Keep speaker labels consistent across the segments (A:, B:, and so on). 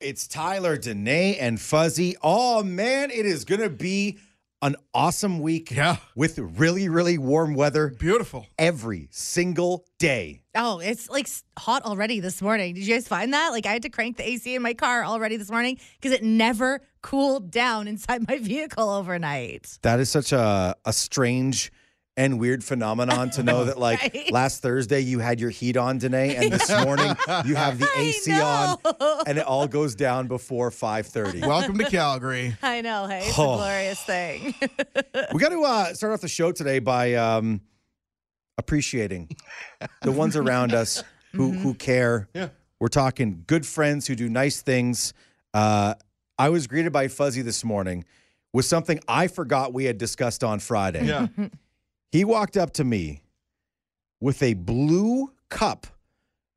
A: It's Tyler Danae and Fuzzy. Oh man, it is gonna be an awesome week.
B: Yeah.
A: With really, really warm weather
B: Beautiful.
A: every single day.
C: Oh, it's like s- hot already this morning. Did you guys find that? Like I had to crank the AC in my car already this morning because it never cooled down inside my vehicle overnight.
A: That is such a, a strange and weird phenomenon to know that like
C: Right.
A: last Thursday you had your heat on, Danae, and this morning you have the
C: I
A: AC on
C: know.
A: and it all goes down before 530.
B: Welcome to Calgary.
C: I know. Hey, it's
A: Oh.
C: a glorious thing.
A: We got to uh, start off the show today by um, appreciating the ones around us who who care.
B: Yeah.
A: We're talking good friends who do nice things. Uh, I was greeted by Fuzzy this morning with something I forgot we had discussed on Friday. He walked up to me with a blue cup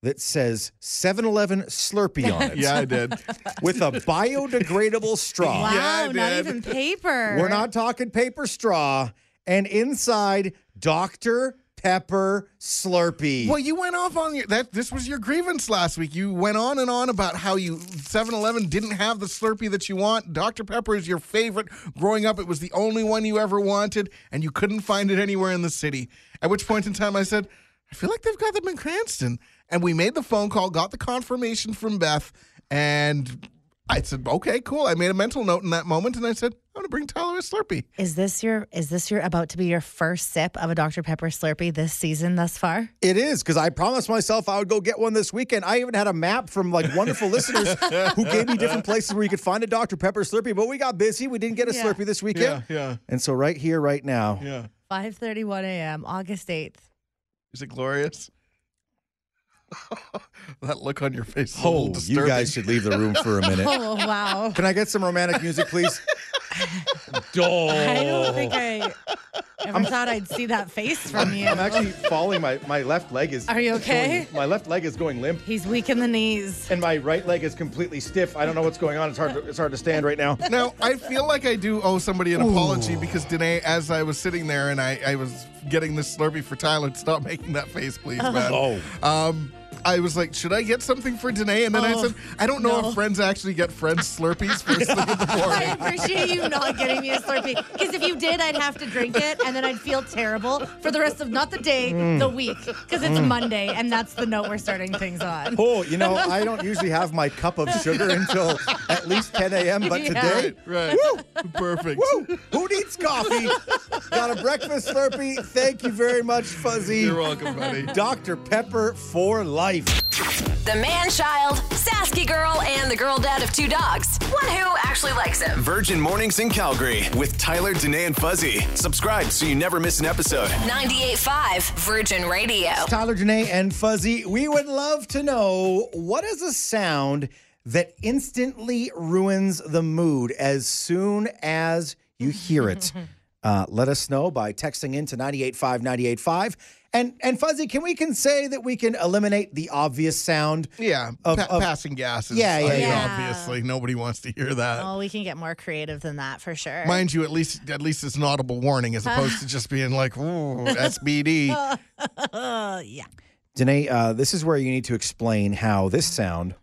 A: that says 7-Eleven Slurpee on it
B: Yeah, I did.
A: with a biodegradable straw.
C: wow,
B: Yeah, I
C: not
B: did.
C: even paper.
A: We're not talking paper straw. And inside, Dr. Pepper Slurpee.
B: Well, you went off on your that this was your grievance last week. You went on and on about how you 7-Eleven didn't have the Slurpee that you want. Dr. Pepper is your favorite. Growing up, it was the only one you ever wanted, and you couldn't find it anywhere in the city. At which point in time I said, I feel like they've got them in Cranston. And we made the phone call, got the confirmation from Beth, and I said, Okay, cool. I made a mental note in that moment and I said, I'm gonna bring Tyler a Slurpee.
C: Is this your is this your about to be your first sip of a Dr. Pepper Slurpee this season thus far?
A: it is, because I promised myself I would go get one this weekend. I even had a map from like wonderful listeners who gave me different places where you could find a Dr. Pepper Slurpee, but we got busy. We didn't get a
C: Yeah.
A: Slurpee this weekend.
B: yeah,
A: And so, right here, right now,
B: yeah.
C: Five thirty one AM, August eighth.
B: Is it glorious? that look on your face. Is a little
A: oh, you
B: disturbing.
A: guys should leave the room for a minute.
C: Oh wow.
A: Can I get some romantic music, please? Oh.
C: I don't think I ever thought I'd see that face from you.
A: I'm actually falling. My, my left leg is.
C: Are you okay?
A: going- my left leg is going limp.
C: He's weak in the knees.
A: and my right leg is completely stiff. I don't know what's going on. It's hard. To, it's hard to stand right now.
B: Now, I feel like I do owe somebody an apology because Danae, as I was sitting there and I, I was getting this Slurpee for Tyler, stop making that face, please, man.
A: Oh.
B: Um, I was like, should I get something for Danae? And then I
C: Oh,
B: said, I don't know
C: no.
B: if friends actually get friends Slurpees first thing in the
C: I
B: morning.
C: appreciate you not getting me a Slurpee because if you did, I'd have to drink it and then I'd feel terrible for the rest of not the day, the week because it's a Monday and that's the note we're starting things on.
A: Oh, you know, I don't usually have my cup of sugar until at least 10 a.m. But
C: Yeah.
A: today,
B: Right. Perfect.
A: woo, who needs coffee? Got a breakfast Slurpee. Thank you very much, Fuzzy.
B: You're welcome, buddy.
A: Dr. Pepper for life.
D: The man child, Sasky girl, and the girl dad of two dogs. One who actually likes him.
E: Virgin Mornings in Calgary with Tyler, Danae, and Fuzzy. Subscribe so you never miss an episode.
D: 98.5 Virgin Radio.
A: Tyler, Janae, and Fuzzy, we would love to know what is a sound that instantly ruins the mood as soon as you hear it. Uh, let us know by texting in to 985 985. And, and Fuzzy, can we can say that we can eliminate the obvious sound?
B: Yeah,
A: Of-
B: pa-
A: of-
B: passing gas is
A: Yeah, yeah,
B: I mean,
C: yeah.
B: obviously nobody wants to hear that.
C: Oh, we can get more creative than that for sure.
B: Mind you, at least at least it's an audible warning as opposed to just being like, ooh,
C: Oh,
B: SBD.
C: Uh, yeah.
A: Danae, uh, this is where you need to explain how this sound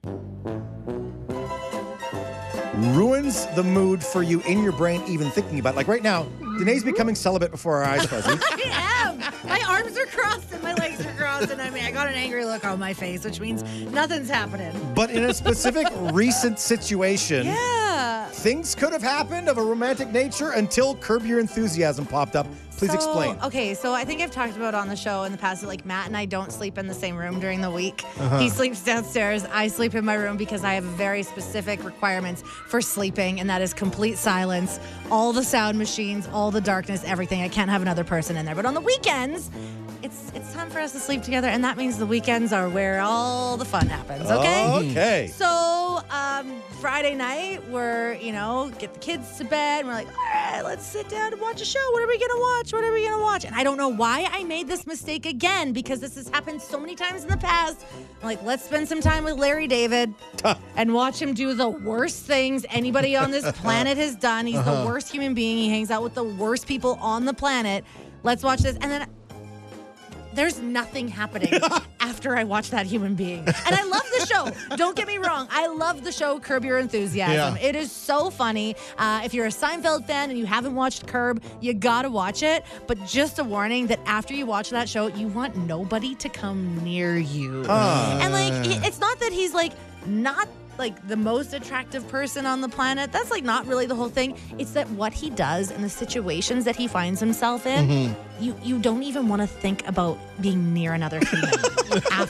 A: ruins the mood for you in your brain, even thinking about it. Like right now, Danae's becoming celibate before our eyes, Fuzzy.
C: I am. My arms are crossed and my legs are crossed, and I mean, I got an angry look on my face, which means nothing's happening.
A: But in a specific recent situation,
C: Yeah.
A: things could have happened of a romantic nature until Curb Your Enthusiasm popped up. Please
C: So-
A: explain.
C: Okay, so I think I've talked about on the show in the past that like Matt and I don't sleep in the same room during the week.
A: Uh-huh.
C: He sleeps downstairs. I sleep in my room because I have very specific requirements for sleeping, and that is complete silence, all the sound machines, all the darkness, everything. I can't have another person in there. But on the weekends, it's it's time for us to sleep together, and that means the weekends are where all the fun happens. Okay.
A: Okay.
C: So um, Friday night, we're you know get the kids to bed. And we're like, all right, let's sit down and watch a show. What are we gonna watch? What are we gonna watch? And I don't know why I made this mistake again because this has happened so many times in the past. I'm like, let's spend some time with Larry David and watch him do the worst things anybody on this planet has done. He's the worst human being. He hangs out with the worst people on the planet. Let's watch this. And then there's nothing happening after I watch that human being. And I love the show. Don't get me wrong. I love the show Curb Your Enthusiasm.
B: Yeah.
C: It is so funny. Uh, if you're a Seinfeld fan and you haven't watched Curb, you gotta watch it. But just a warning that after you watch that show, you want nobody to come near you. And like, he- it's not that he's like not like the most attractive person on the planet. That's like not really the whole thing. It's that what he does and the situations that he finds himself in, you you don't even want to think about being near another human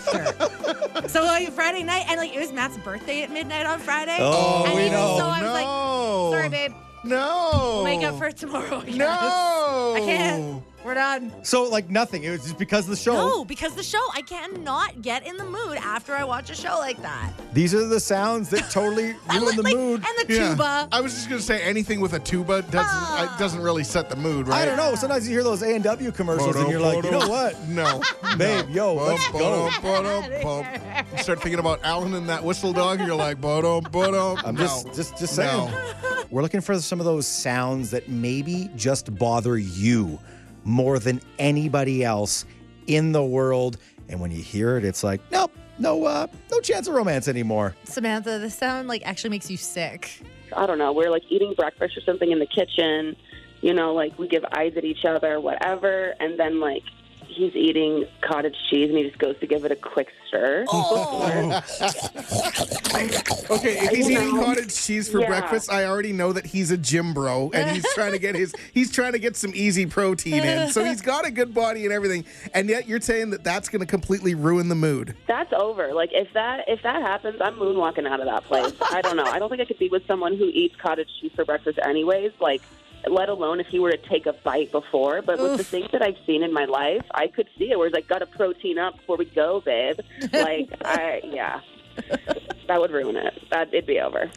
C: after. So like Friday night, and like it was Matt's birthday at midnight on Friday.
A: Oh,
C: and
A: we
C: he-
A: know.
C: So I was like,
B: no.
C: sorry, babe,
B: No.
C: wake up for tomorrow. I guess.
B: No.
C: I can't. We're done.
A: So like nothing. It was just because of the show.
C: No, because the show, I cannot get in the mood after I watch a show like that.
A: These are the sounds that totally
C: I
A: ruin
C: li-
A: the
C: like-
A: mood.
C: And the
B: Yeah.
C: tuba.
B: I was just gonna say anything with a tuba doesn't
C: Ah.
B: it doesn't really set the mood, right?
A: I don't know. Sometimes you hear those A and W commercials and you're like, you know what,
B: No,
A: babe, yo, let's go.
B: Ba-dum-ba-dum-bum. You Start thinking about Alan and that whistle dog, and you're like, ba-dum, ba-dum.
A: I'm
B: no.
A: just just just saying.
B: No.
A: We're looking for some of those sounds that maybe just bother you more than anybody else in the world. And when you hear it, it's like, nope, no, uh, no chance of romance anymore.
C: Samantha, the sound like actually makes you sick.
F: I don't know, we're like eating breakfast or something in the kitchen, you know, like we give eyes at each other, whatever, and then like he's eating cottage cheese and he just goes to give it a quick stir.
B: Okay, if he's
F: You
B: eating
F: know.
B: cottage cheese for
F: Yeah.
B: breakfast, I already know that he's a gym bro, and he's trying to get his he's trying to get some easy protein in. So he's got a good body and everything, and yet you're saying that that's going to completely ruin the mood.
F: That's over. Like if that if that happens, I'm moonwalking out of that place. I don't know. I don't think I could be with someone who eats cottage cheese for breakfast anyways, like let alone if he were to take a bite before. But with the things that I've seen in my life, I could see it where it's like gotta protein up before we go, babe. Like I yeah. That would ruin it. That it'd be over.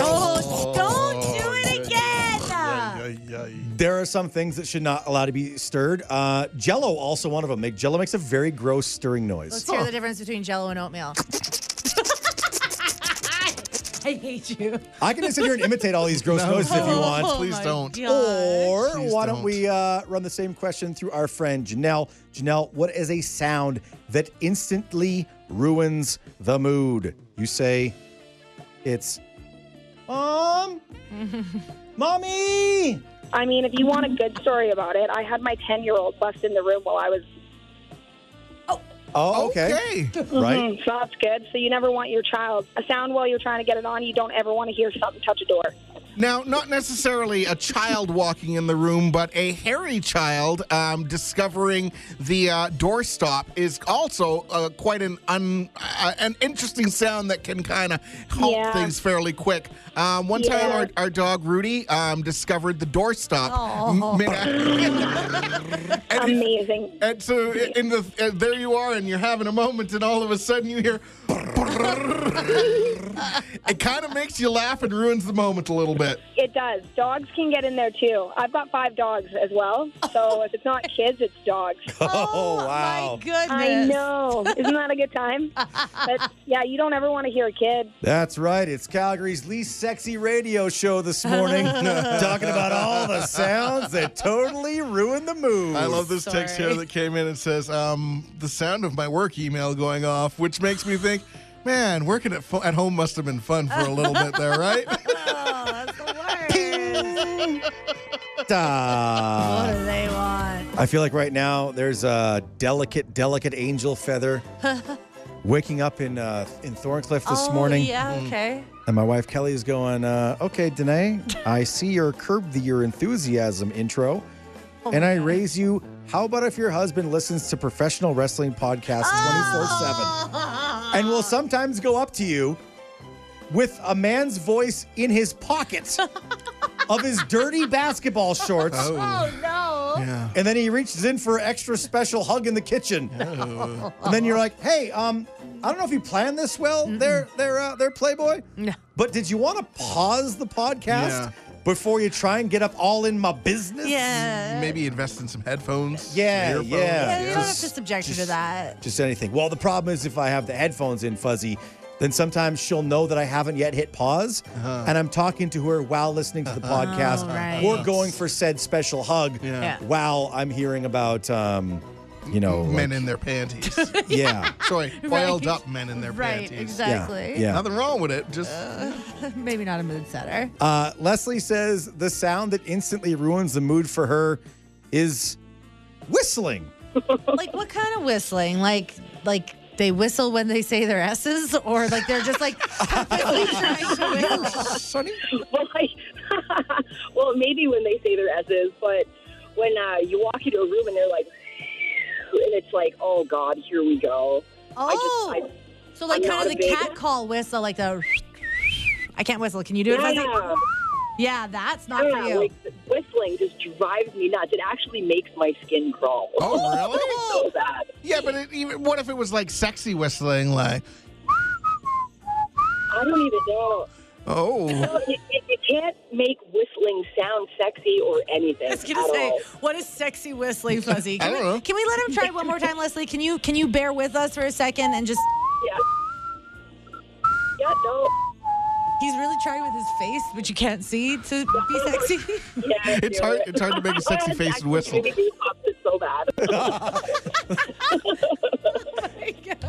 C: Oh, don't do it again.
A: There are some things that should not allow to be stirred. Uh, Jello also one of them. Make Jello makes a very gross stirring noise.
C: Let's hear the difference between jello and oatmeal. I hate you.
A: I can just sit here and imitate all these gross noises if you want.
B: please
C: my
B: don't.
C: God.
A: Or
B: Please
A: why don't,
B: don't.
A: we uh, run the same question through our friend Janelle? Janelle, what is a sound that instantly ruins the mood? You say it's mom, mommy.
G: I mean, if you want a good story about it, I had my 10 year old left in the room while I was.
A: Oh, okay, Uh-huh. right.
G: Mm, so that's good. So you never want your child. A sound while you're trying to get it on, you don't ever want to hear something touch a door.
B: Now, not necessarily a child walking in the room, but a hairy child um, discovering the uh, doorstop is also uh, quite an un, uh, an interesting sound that can kind of halt
G: Yeah.
B: things fairly quick. Um, one time,
G: Yeah.
B: our, our dog Rudy um, discovered the doorstop.
C: Oh.
B: mid- and he-
G: Amazing.
B: and so, i- in the uh, there you are, and you're having a moment, and all of a sudden you hear. it kind of makes you laugh and ruins the moment a little bit.
G: It does. Dogs can get in there too. I've got five dogs as well. So if it's not kids, it's dogs.
A: Oh, wow,
C: my goodness.
G: I know. Isn't that a good time? But yeah, you don't ever want to hear a kid.
A: that's right. It's Calgary's least sexy radio show this morning, talking about all the sounds that totally ruin the mood.
B: I love this text here
C: Sorry.
B: that came in. It says, um, "The sound of my work email going off," which makes me think, man, working at, fo- at home must have been fun for a little bit there, right?
C: Oh, that's the worst.
A: Ah.
C: what do they want?
A: I feel like right now there's a delicate, delicate angel feather waking up in uh, in Thorncliffe this
C: oh,
A: morning, Mm.
C: Yeah, okay.
A: and my wife Kelly is going, uh, "Okay, Danae, I see your curb the your enthusiasm intro,
C: Oh
A: and I raise you. How about if your husband listens to professional wrestling podcasts twenty four seven, and
C: Oh.
A: will sometimes go up to you with a man's voice in his pocket of his dirty basketball shorts."
B: Oh,
C: No.
B: yeah.
A: And then he reaches in for an extra special hug in the kitchen.
C: Oh.
A: And then you're like, hey, um, I don't know if you planned this well, there, there, uh, there, Playboy.
C: No.
A: But did you want to pause the podcast
B: Yeah.
A: before you try and get up all in my business?
C: Yeah.
B: Maybe invest in some headphones.
A: Yeah,
B: some earphones.
A: yeah.
C: Yeah, you don't have to
A: Just-
C: subject her to
A: just-
C: that.
A: Just anything. Well, the problem is if I have the headphones in fuzzy, then sometimes she'll know that I haven't yet hit pause and I'm talking to her while listening to the podcast
C: Uh-huh. Oh, right.
A: or going for said special hug
B: Yeah.
C: Yeah.
A: while I'm hearing about um, you know,
B: men
A: like-
B: in their panties.
A: yeah,
B: Sorry, boiled
C: Right.
B: up men in their
C: Right,
B: panties.
A: yeah,
C: exactly.
A: yeah.
B: Nothing wrong with it. Just
C: Maybe not a mood setter.
A: Uh, Leslie says the sound that instantly ruins the mood for her is whistling.
C: like what kind of whistling? Like like they whistle when they say their s's, or like they're just like purposely trying to whistle.
B: Sonny.
G: well, like, well, maybe when they say their S's, but when uh, you walk into a room and they're like, and it's like, oh God, here we go.
C: Oh,
G: I just, I,
C: so like
G: I'm
C: kind
G: not
C: of
G: a
C: the
G: big-
C: cat call whistle, like the. I can't whistle. Can you do it? if I say-
G: yeah,
C: yeah, that's not for
G: yeah,
C: you.
G: like whistling just drives me nuts. It actually makes my skin crawl.
B: Oh, really?
G: so bad.
B: Yeah, but it, even, what if it was like sexy whistling, like,
G: I don't even know.
B: oh,
G: It, it, it can't make whistling sound sexy or anything.
C: I was gonna
G: at
C: say,
G: all.
C: what is sexy whistling, Fuzzy?
B: I
C: Can,
B: don't know.
C: we, can we let him try it one more time, Leslie? Can you can you bear with us for a second and just?
G: Yeah. Yeah, no.
C: He's really trying with his face, which you can't see to be sexy.
G: Yeah, I
B: It's
G: do
B: hard-
G: it.
B: it's hard to make a sexy
G: It's
B: face and
G: actually giving me goosebumps. It's so bad.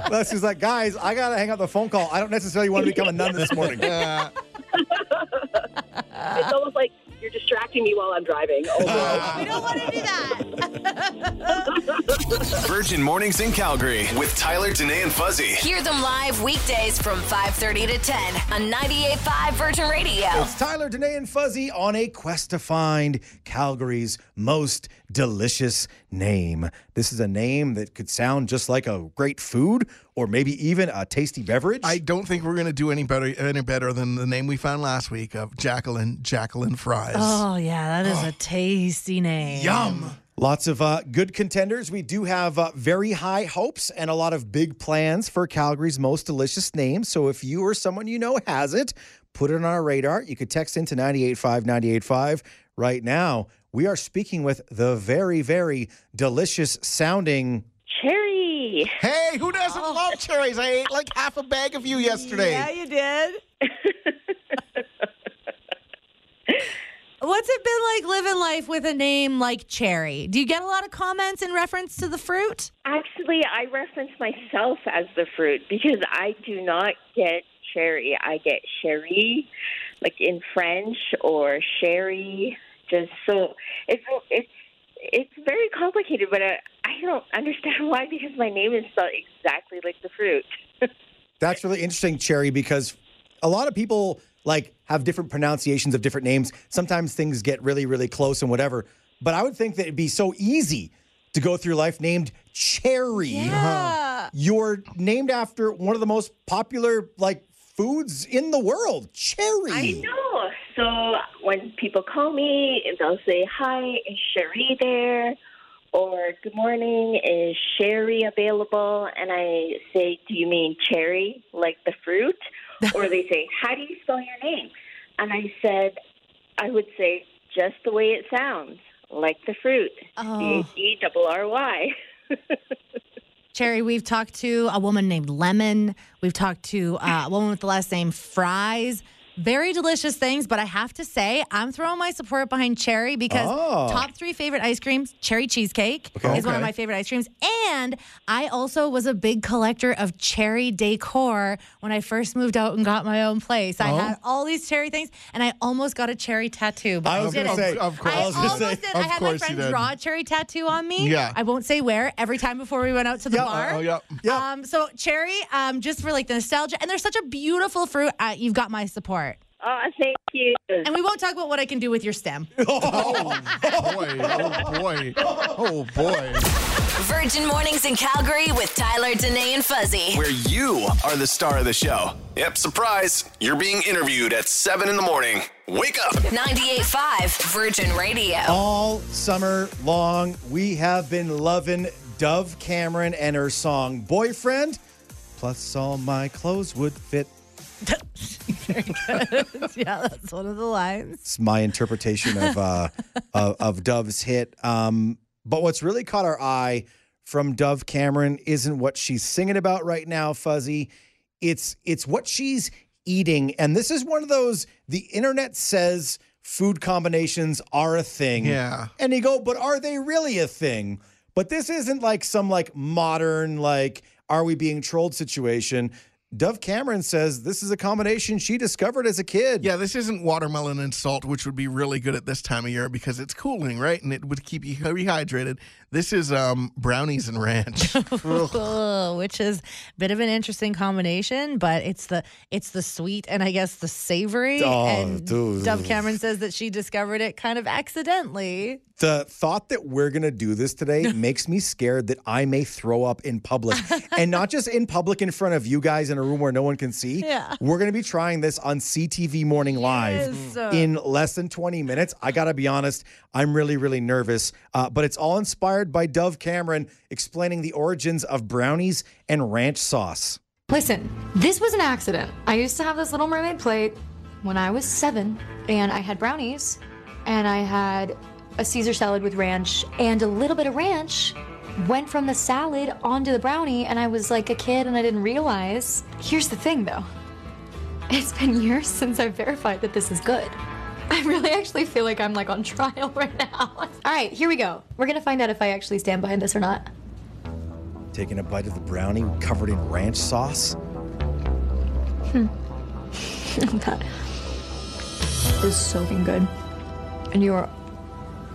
A: Leslie's like, guys, I gotta hang up the phone call. I don't necessarily want to become a nun this morning.
B: uh,
G: it's almost like you're distracting me while I'm driving.
H: Uh,
G: Oh, no.
C: we don't want to do that.
E: Virgin Mornings in Calgary with Tyler, Danae, and Fuzzy.
D: Hear them live weekdays from 5.30 to 10 on 98.5 Virgin Radio.
A: It's Tyler, Danae, and Fuzzy on a quest to find Calgary's most delicious name. This is a name that could sound just like a great food or maybe even a tasty beverage.
B: I don't think we're gonna do any better, any better than the name we found last week of Jacqueline Jacqueline Fries.
C: Oh yeah, that is a tasty name.
B: Yum.
A: Lots of uh, good contenders. We do have uh, very high hopes and a lot of big plans for Calgary's most delicious name. So if you or someone you know has it, put it on our radar. You could text into 985 985 right now. We are speaking with the very, very delicious sounding.
H: Cherry.
B: Hey, who doesn't love cherries? I ate like half a bag of you yesterday.
C: Oh. Yeah, you did. What's it been like living life with a name like Cherry? Do you get a lot of comments in reference to the fruit?
H: Actually, I reference myself as the fruit because I do not get cherry. I get sherry, like in French, or sherry. Just so it's it's it's very complicated, but I, I don't understand why because my name is spelled exactly like the fruit.
A: That's really interesting, Cherry, because a lot of people like have different pronunciations of different names. Sometimes things get really, really close and whatever. But I would think that it'd be so easy to go through life named Cherry.
C: Yeah.
A: You're named after one of the most popular like foods in the world, cherry.
H: I know. So when people call me, they'll say, "Hi, is Sherry there?" Or "Good morning, is Sherry available?" And I say, "Do you mean cherry, like the fruit?" or they say, "How do you spell your name?" And I said, "I would say just the way it sounds, like the fruit,
C: Oh,
H: C H E double R Y."
C: Cherry, we've talked to a woman named Lemon. We've talked to uh, a woman with the last name Fries. Very delicious things, but I have to say, I'm throwing my support behind Cherry because
A: Oh.
C: top three favorite ice creams, cherry cheesecake
A: Okay.
C: is one of
B: Okay.
C: my favorite ice creams. And I also was a big collector of cherry decor when I first moved out and got my own place. I
B: Oh.
C: had all these cherry things, and I almost got a cherry tattoo. But
A: I
C: I,
A: was
C: didn't.
A: gonna say,
B: Of- of course.
C: I,
B: I was gonna
C: almost
B: say,
C: did.
B: of
C: I had my
B: course you
C: friend
B: did.
C: draw a cherry tattoo on me.
B: Yeah.
C: I won't say where. Every time before we went out to the
A: Yeah.
C: bar.
B: Oh, yeah.
A: Yeah.
C: Um, so cherry, um, just for like the nostalgia, and they're such a beautiful fruit. Uh, you've got my support,
H: Oh, thank you.
C: and we won't talk about what I can do with your stem.
B: Oh boy. Oh boy. Oh boy.
D: Virgin Mornings in Calgary with Tyler, Danae, and Fuzzy.
E: Where you are the star of the show. Yep, surprise. You're being interviewed at 7 in the morning. Wake up.
D: 98.5 Virgin Radio.
A: All summer long, we have been loving Dove Cameron and her song Boyfriend. Plus, all my clothes would fit.
C: yeah, that's one of the lines.
A: It's my interpretation of uh, of, of Dove's hit. Um, but what's really caught our eye from Dove Cameron isn't what she's singing about right now, Fuzzy. It's it's what she's eating, and this is one of those the internet says food combinations are a thing.
B: Yeah.
A: and you go, but are they really a thing? But this isn't like some like modern like are we being trolled situation. Dove Cameron says this is a combination she discovered as a kid.
B: Yeah, this isn't watermelon and salt, which would be really good at this time of year because it's cooling, right? And it would keep you rehydrated. This is um, brownies and ranch.
C: Ugh, which is a bit of an interesting combination, but it's the it's the sweet and I guess the savory.
A: Oh,
C: and
A: dude.
C: Dove Cameron says that she discovered it kind of accidentally.
A: The thought that we're going to do this today makes me scared that I may throw up in public and not just in public in front of you guys in a room where no one can see.
C: Yeah.
A: We're going to be trying this on CTV Morning Live
C: Yes.
A: in less than 20 minutes. I got to be honest, I'm really, really nervous. Uh, but it's all inspired by Dove Cameron explaining the origins of brownies and ranch sauce.
I: Listen, this was an accident. I used to have this Little Mermaid plate when I was seven, and I had brownies, and I had a Caesar salad with ranch, and a little bit of ranch went from the salad onto the brownie, and I was like a kid and I didn't realize. Here's the thing though it's been years since I've verified that this is good. I really actually feel like I'm like on trial right now. All right, here we go. We're gonna find out if I actually stand behind this or not.
A: Taking a bite of the brownie covered in ranch sauce.
I: that is so fucking good. And you are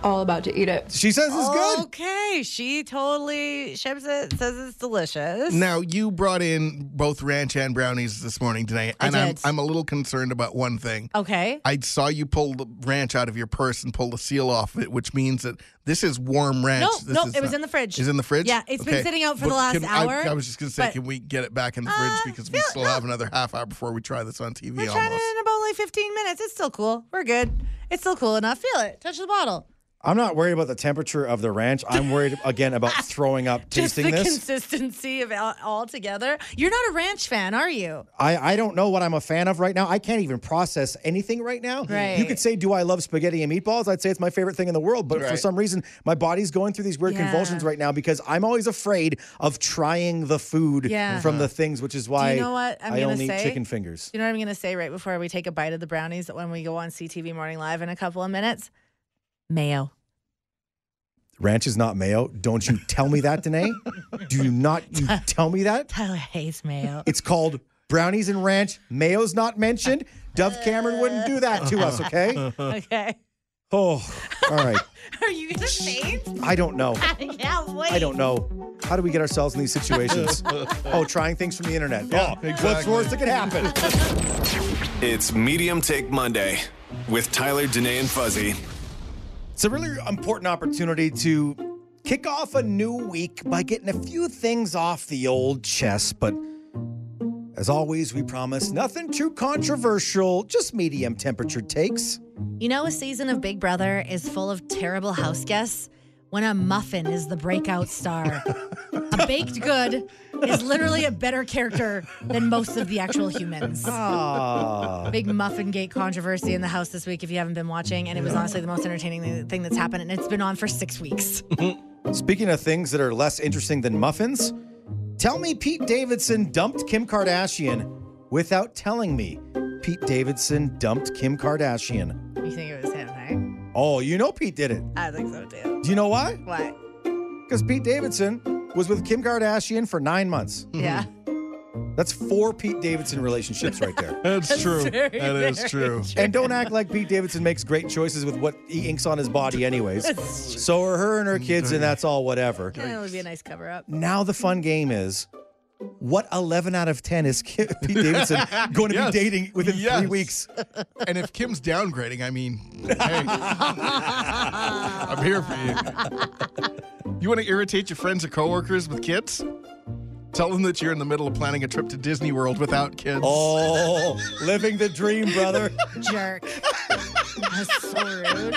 I: all about to eat it.
A: She says it's good.
C: Okay, she totally ships it. Says it's delicious.
B: now, you brought in both ranch and brownies this morning tonight,
C: I
B: and I'm,
C: did. Oh.
B: I'm a little concerned about one thing.
C: Okay.
B: I saw you pull the ranch out of your purse and pull the seal off it, which means that this is warm ranch.
C: No,
B: This
C: no,
B: is
C: it was in the fridge.
B: Is in the fridge.
C: Yeah, it's been sitting out for the last
B: can- I-
C: hour,
B: I, was just gonna say,
C: but-
B: can we get it back in the
C: Uh,
B: fridge because we
C: feel-
B: still have another half hour before we try this on TV.
C: We're trying
B: almost.
C: it in about like 15 minutes. It's still cool. We're good. It's still cool enough. Feel it. Touch the bottle.
A: I'm not worried about the temperature of the ranch. I'm worried again about throwing up
C: Just the
A: tasting this.
C: consistency of it all- all together. You're not a ranch fan, are you?
A: I, I don't know what I'm a fan of right now. I can't even process anything right now. You
C: Right.
A: could say, Do I love spaghetti and meatballs? I'd say it's my favorite thing in the world. But for
B: Right.
A: some reason, my body's going through these weird
C: Yeah.
A: convulsions right now because I'm always afraid of trying the food
C: Yeah.
A: from the things, which is why
C: know what I'm
A: I
C: gonna
A: only eat
C: say?
A: chicken fingers.
C: Do you know what I'm going to say right before we take a bite of the brownies that when we go on CTV Morning Live in a couple of minutes? Mayo.
A: Ranch is not mayo. Don't you tell me that, Danae. Do you not you tell me that?
C: Tyler hates mayo.
A: It's called brownies and ranch. Mayo's not mentioned. Dove Cameron wouldn't do that to us, okay?
C: okay.
A: Oh, all right.
C: Are you going to faint?
A: I don't know.
C: yeah, wait.
A: I don't know. How do we get ourselves in these situations? oh, trying things from the internet.
B: Yeah,
A: oh, what's
B: exactly.
A: worse that could happen?
E: It's Medium Take Monday with Tyler, Danae, and Fuzzy.
A: It's a really important opportunity to kick off a new week by getting a few things off the old chest. But as always, we promise nothing too controversial, just medium temperature takes.
C: You know, a season of Big Brother is full of terrible house guests when a muffin is the breakout star. a baked good is literally a better character than most of the actual humans.
A: Ah,
C: Big muffin gate controversy in the house this week, if you haven't been watching, and it was honestly the most entertaining thing that's happened, and it's been on for six weeks.
A: speaking of things that are less interesting than muffins, tell me Pete Davidson dumped Kim Kardashian without telling me Pete Davidson dumped Kim Kardashian.
C: You think it was him, right?
A: Oh, you know Pete did it.
C: I think so too.
A: Do you know why?
C: Why?
A: Because Pete Davidson was with Kim Kardashian for nine months.
C: Yeah.
A: That's four Pete Davidson relationships right there.
B: That's true. That
C: very,
B: is true.
C: very
A: and don't act like Pete Davidson makes great choices with what he inks on his body, anyways. So are her and her kids, and that's all whatever.
C: That would be a nice cover up.
A: Now the fun game is. What 11 out of 10 is Ki- Pete Davidson going to
B: Yes.
A: be dating within
B: Yes.
A: three weeks?
B: And if Kim's downgrading, I mean, hey, I'm here for you. You want to irritate your friends or coworkers with kids? Tell them that you're in the middle of planning a trip to Disney World without kids.
A: Oh, living the dream, brother.
C: Jerk. That's so rude.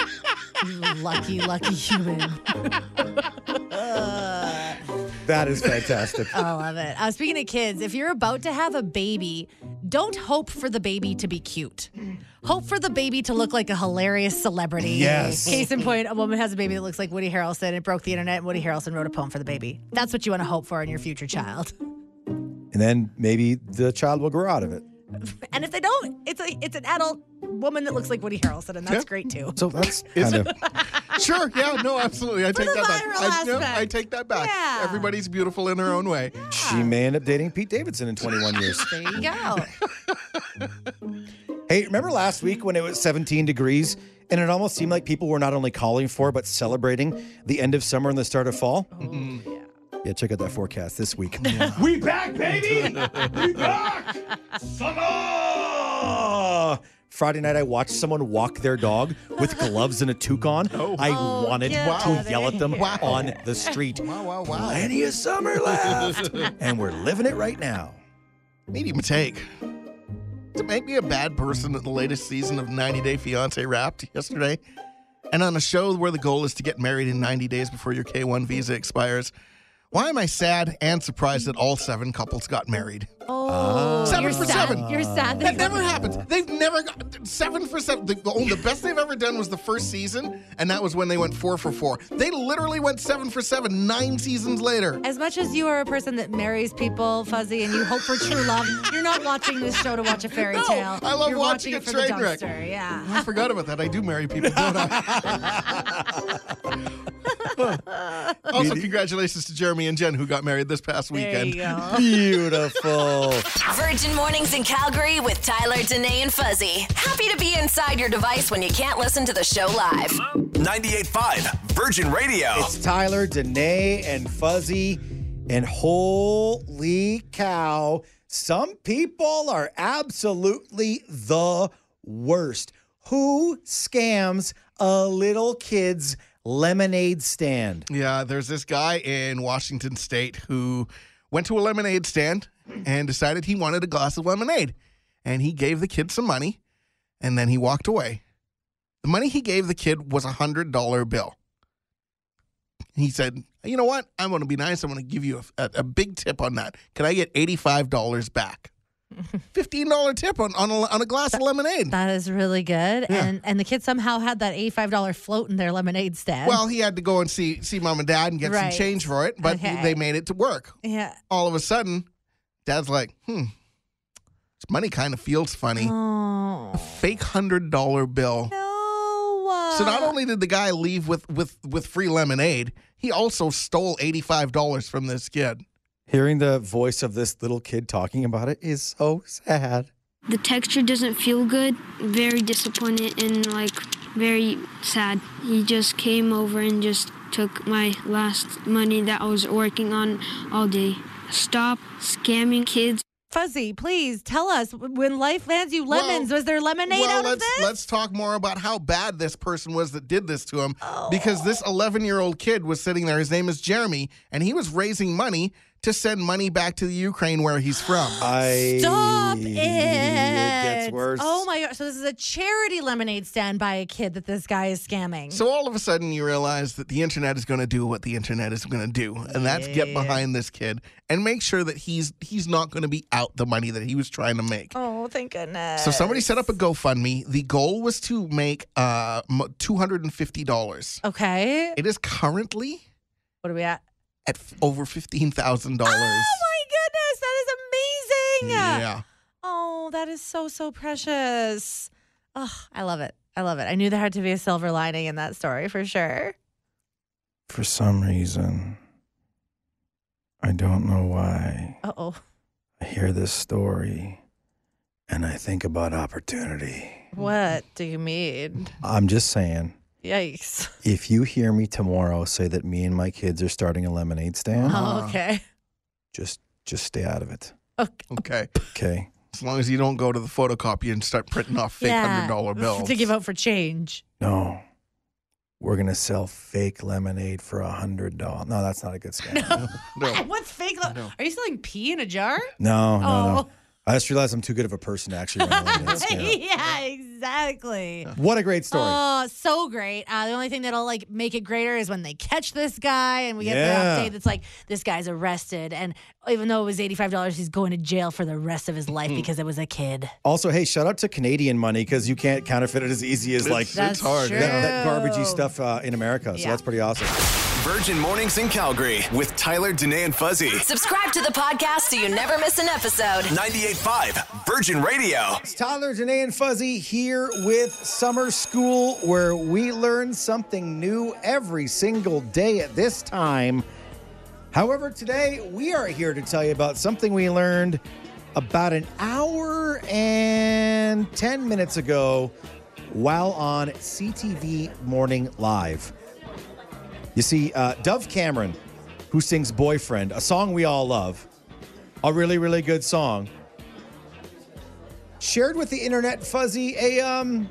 C: You lucky, lucky human.
A: That is fantastic.
C: I love it. Uh, speaking of kids, if you're about to have a baby, don't hope for the baby to be cute. Hope for the baby to look like a hilarious celebrity.
A: Yes.
C: Case in point, a woman has a baby that looks like Woody Harrelson. It broke the internet, and Woody Harrelson wrote a poem for the baby. That's what you want to hope for in your future child.
A: And then maybe the child will grow out of it.
C: And if they don't, it's a it's an adult woman that looks like Woody Harrelson, and that's great too.
A: So that's kind of
B: Sure. Yeah. No. Absolutely. I take
C: the
B: that back.
C: viral
B: I, no,
C: aspect.
B: I take that back.
C: Yeah.
B: Everybody's beautiful in their own way.
A: She may end up dating Pete Davidson in 21 years.
C: There you go.
A: Hey, remember last week when it was 17 degrees and it almost seemed like people were not only calling for but celebrating the end of summer and the start of fall?
B: Oh,
A: Yeah, check out that forecast this week. we back, baby! we back! Summer! Friday night, I watched someone walk their dog with gloves and a toque on. I
C: Oh,
A: wanted
C: get
A: to
C: outta
A: yell at them
C: here.
A: on the street.
B: Wow. Wow. Wow.
A: Plenty of summer left, and we're living it right now.
B: Medium take. To make me a bad person at the latest season of 90 Day Fiance wrapped yesterday, and on a show where the goal is to get married in 90 days before your K1 visa expires. Why am I sad and surprised that all seven couples got married?
C: Oh,
B: Seven
C: you're
B: for
C: sad.
B: seven.
C: You're sad.
B: That never happens. They've never got seven for seven. The, oh, the, the best they've ever done was the first season, and that was when they went four for four. They literally went seven for seven nine seasons later.
C: As much as you are a person that marries people, Fuzzy, and you hope for true love, you're not watching this show to watch a fairy
B: No,
C: tale.
B: I love
C: you're
B: watching
C: watching
B: a
C: it for
B: train
C: the
B: wreck.
C: dumpster. Yeah.
B: I forgot about that. I do marry people, don't I? also, congratulations to Jeremy and Jen who got married this past
C: There
B: weekend.
C: you go.
A: Beautiful.
D: Virgin Mornings in Calgary with Tyler, Danae, and Fuzzy. Happy to be inside your device when you can't listen to the show live.
E: 98.5 Virgin Radio.
A: It's Tyler, Danae, and Fuzzy. And holy cow, some people are absolutely the worst. Who scams a little kid's lemonade stand?
B: Yeah, there's this guy in Washington State who went to a lemonade stand and decided he wanted a glass of lemonade. And he gave the kid some money and then he walked away. The money he gave the kid was a $100 bill. He said, You know what? I'm going to be nice. I'm going to give you a, a, a big tip on that. Can I get $85 back? $15 tip on, on, a, on a glass of lemonade.
C: That is really good. And and the kid somehow had that $85 float in their lemonade stand.
B: Well, he had to go and see, see mom and dad and get
C: Right.
B: some change for it, but
C: Okay.
B: they made it to work.
C: yeah.
B: all of a sudden, dad's like, hmm, this money kind of feels funny.
C: Oh.
B: Fake hundred dollar bill.
C: No.
B: So not only did the guy leave with with with free lemonade, he also stole eighty five dollars from this kid.
A: Hearing the voice of this little kid talking about it is so sad.
J: The texture doesn't feel good. Very disappointed and like very sad. He just came over and just took my last money that I was working on all day. Stop scamming kids.
C: Fuzzy, please tell us when life lands you lemons,
B: Well-
C: was there lemonade
B: well,
C: out of
B: let's
C: this?
B: let's talk more about how bad this person was that did this to him,
C: Oh.
B: because this eleven year old kid was sitting there. His name is Jeremy, and he was raising money to send money back to the Ukraine where he's from.
A: I
C: Stop it.
A: gets worse.
C: Oh my gosh. So this is a charity lemonade stand by a kid that this guy is scamming.
B: So all of a sudden, you realize that the internet is going to do what the internet is going to do, and that's get behind this kid and make sure that he's he's not going to be out the money that he was trying to make.
C: oh, thank goodness.
B: So somebody set up a GoFundMe. The goal was to make uh m- two hundred and fifty dollars.
C: Okay.
B: It is currently
C: What are we at?
B: at f- over fifteen thousand dollars.
C: Oh my goodness, that is amazing.
B: Yeah.
C: Oh, that is so so precious. Oh, I love it. I love it. I knew there had to be a silver lining in that story for sure.
A: For some reason, I don't know why.
C: Uh oh.
A: I hear this story and I think about opportunity.
C: What do you mean?
A: I'm just saying,
C: Yikes.
A: if you hear me tomorrow say that me and my kids are starting a lemonade stand,
B: Uh-huh.
C: Oh, okay.
A: just just stay out of it.
C: Okay.
B: Okay.
A: Okay.
B: As long as you don't go to the photocopy and start printing off fake hundred dollar bills.
C: To give out for change.
A: No. We're gonna sell fake lemonade for a hundred dollars. No, that's not a good scam.
B: No.
C: What's fake? Lo- Are you selling pee in a jar?
A: No, no,
C: Oh.
A: no. I just realized I'm too good of a person to actually run a lemonade stand.
C: yeah, exactly.
A: What a great story.
C: Oh, so great. Uh, the only thing that'll like make it greater is when they catch this guy and we get
A: Yeah.
C: the update that's like this guy's arrested and even though it was $85 he's going to jail for the rest of his life because it was a kid.
A: also, hey, shout out to Canadian money because you can't counterfeit it as easy as like
C: That's
A: that,
C: hard, yeah.
A: that garbagey
C: true.
A: stuff uh, in America. So
C: Yeah.
A: that's pretty awesome.
E: Virgin Mornings in Calgary with Tyler, Danae, and Fuzzy.
D: Subscribe to the podcast so you never miss an episode.
E: 98.5 Virgin Radio.
A: It's Tyler, Danae, and Fuzzy here with Summer School, where we learn something new every single day at this time. However, today we are here to tell you about something we learned about an hour and 10 minutes ago while on CTV Morning Live. You see, uh, Dove Cameron, who sings Boyfriend, a song we all love, a really, really good song shared with the internet fuzzy a um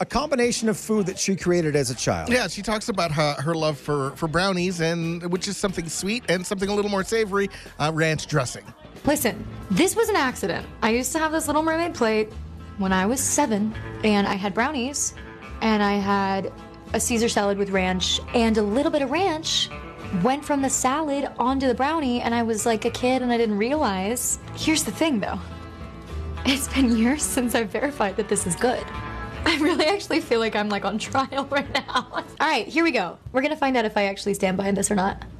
A: a combination of food that she created as a child.
B: Yeah, she talks about her, her love for, for brownies, and which is something sweet and something a little more savory, uh, ranch dressing.
I: Listen, this was an accident. I used to have this Little Mermaid plate when I was seven, and I had brownies, and I had a Caesar salad with ranch, and a little bit of ranch went from the salad onto the brownie, and I was like a kid and I didn't realize. Here's the thing though it's been years since I've verified that this is good. I really actually feel like I'm like on trial right now. All right, here we go. We're gonna find out if I actually stand behind this or not.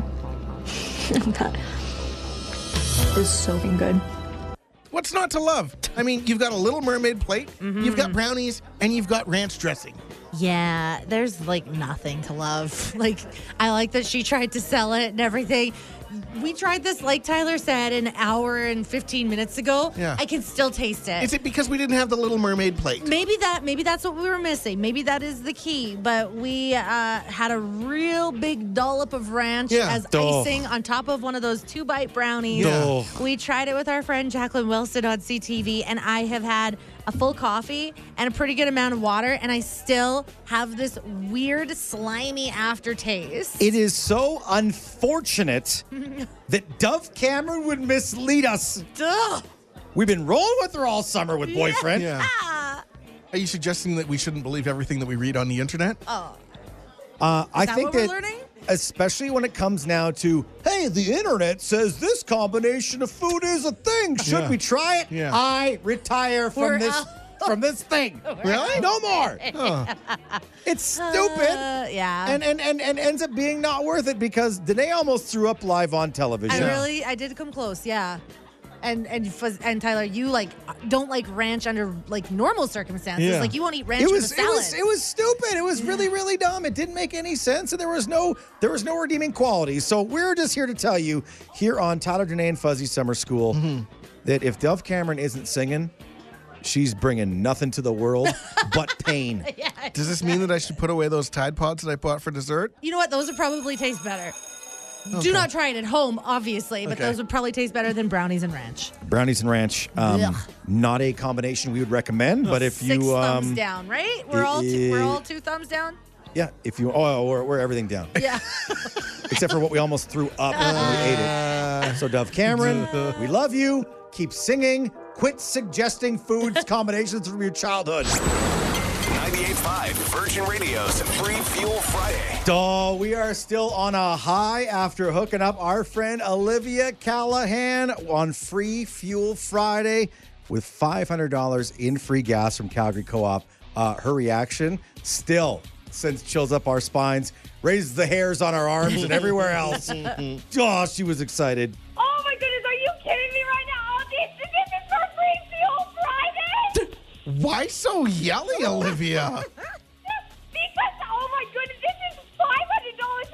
I: Hmm. that is so fucking good.
B: What's not to love? I mean, you've got a Little Mermaid plate, you've got brownies, and you've got ranch dressing.
C: Yeah, there's like nothing to love. Like, I like that she tried to sell it and everything. We tried this, like Tyler said, an hour and 15 minutes ago.
B: Yeah.
C: I can still taste it.
B: Is it because we didn't have the Little Mermaid plate?
C: Maybe that maybe that's what we were missing. Maybe that is the key. But we uh, had a real big dollop of ranch
B: Yeah.
C: as
A: Duh.
C: icing on top of one of those two bite brownies.
A: Duh.
C: We tried it with our friend Jacqueline Wilson on CTV, and I have had a full coffee and a pretty good amount of water, and I still have this weird slimy aftertaste.
A: It is so unfortunate that Dove Cameron would mislead us.
C: Duh.
A: We've been rolling with her all summer with boyfriend.
B: Yeah. Ah! Are you suggesting that we shouldn't believe everything that we read on the internet?
A: Uh, I
C: that
A: think
C: what we're
A: that
C: learning?
A: especially when it comes now to hey, the internet says this combination of food is a thing. Should
B: Yeah.
A: we try it?
B: Yeah.
A: I retire from
C: We're
A: this from this thing.
B: Really?
A: No more. It's stupid.
C: Uh, yeah.
A: and, and and and ends up being not worth it because Danae almost threw up live on television.
C: I really, I did come close, yeah. And and fuzz and Tyler, you like don't like ranch under like normal circumstances.
B: Yeah.
C: Like you won't eat ranch
A: it
C: with
A: was
C: a
A: it
C: salad.
A: was it was stupid. It was really really dumb. It didn't make any sense, and there was no there was no redeeming quality. So we're just here to tell you here on Tyler Danae and Fuzzy Summer School
C: Mm-hmm.
A: that if Dove Cameron isn't singing, she's bringing nothing to the world but pain.
B: Does this mean that I should put away those Tide Pods that I bought for dessert?
C: you know what? Those would probably taste better. Do not try it at home, obviously, but
B: Okay.
C: those would probably taste better than brownies and ranch.
A: Brownies and ranch, um,
C: Ugh.
A: not a combination we would recommend. But if
C: Six
A: you
C: thumbs
A: um,
C: down, right? We're all two, we're
A: eh,
C: all two thumbs down.
A: yeah, if you oh we're, we're everything down
C: Yeah,
A: except for what we almost threw up when we ate it.
B: Uh,
A: So, Dove Cameron, we love you. Keep singing. Quit suggesting foods combinations from your childhood.
E: 98.5 Virgin Radio's Free Fuel Friday.
A: Duh, we are still on a high after hooking up our friend Olivia Callahan on Free Fuel Friday with $500 in free gas from Calgary Co op. Uh, her reaction still sends chills up our spines, raises the hairs on our arms and everywhere else. Duh, she was excited.
G: Oh my goodness, are you kidding me right now? All this, this is for free fuel Friday?
B: Why so yelly, Olivia?
G: because, oh my goodness, this is $500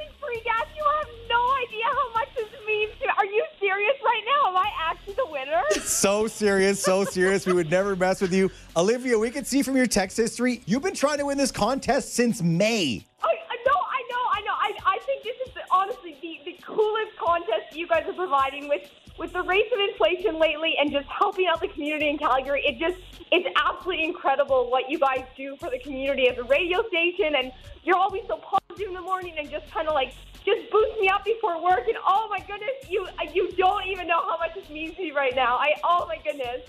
G: in free gas. You have no idea how much this means to Are you serious right now? Am I actually the winner?
A: So serious, so serious. We would never mess with you. Olivia, we can see from your text history, you've been trying to win this contest since May.
G: I, I know, I know, I know. I, I think this is the, honestly the, the coolest contest you guys are providing with with the rates of inflation lately and just helping out the community in Calgary. It just it's absolutely incredible what you guys do for the community as a radio station, and you're always so positive in the morning and just kind of like just boost me up before work. And oh my goodness, you you don't even know how much this means to me right now. I oh my goodness.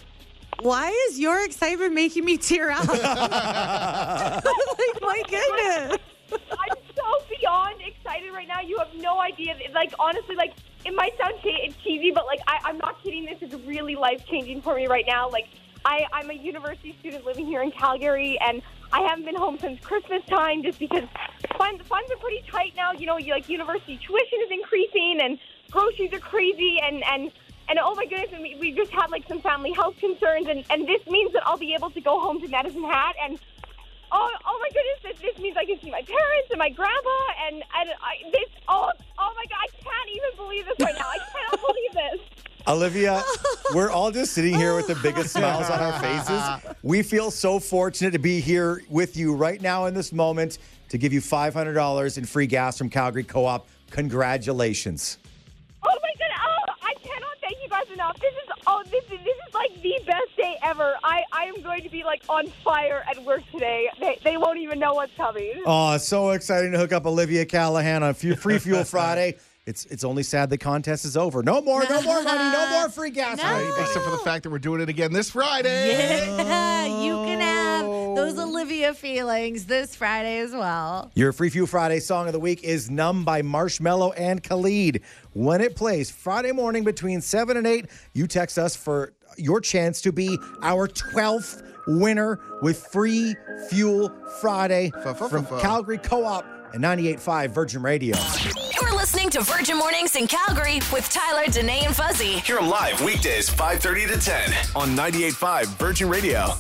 C: why is your excitement making me tear up? like my goodness.
G: I'm so beyond excited right now. You have no idea. It's Like honestly, like it might sound che- cheesy, but like I, I'm not kidding. This is really life changing for me right now. Like I, I'm a university student living here in Calgary, and I haven't been home since Christmas time just because funds, funds are pretty tight now. You know, you, like university tuition is increasing, and groceries are crazy, and and and oh my goodness, and we, we just had like some family health concerns, and and this means that I'll be able to go home to Medicine Hat and. Oh, oh my goodness! This, this means I can see my parents and my grandpa, and and I, this. Oh, oh my God! I can't even believe this right now. I cannot believe this.
A: Olivia, we're all just sitting here with the biggest smiles on our faces. We feel so fortunate to be here with you right now in this moment to give you $500 in free gas from Calgary Co op. Congratulations.
G: Oh my god! Oh, I cannot thank you guys enough. This is oh, this is this is like the best day ever. I I am going to be like on fire at work today. They they won't even know what's coming.
A: Oh, it's so exciting to hook up Olivia Callahan on Fu- Free Fuel Friday. It's it's only sad the contest is over. No more, no more money, no more free gas.
C: No.
A: Right.
B: Except for the fact that we're doing it again this Friday.
C: you can have those Olivia feelings this Friday as well.
A: Your Free Fuel Friday song of the week is Numb by Marshmello and Khalid. When it plays Friday morning between 7 and 8, you text us for your chance to be our 12th winner with Free Fuel Friday
B: Fa-fa-fa-fa.
A: from Calgary Co op and 98.5 Virgin Radio.
D: You're listening to Virgin Mornings in Calgary with Tyler, Danae, and Fuzzy.
E: Hear them live weekdays 5:30 to 10 on 98.5 Virgin Radio.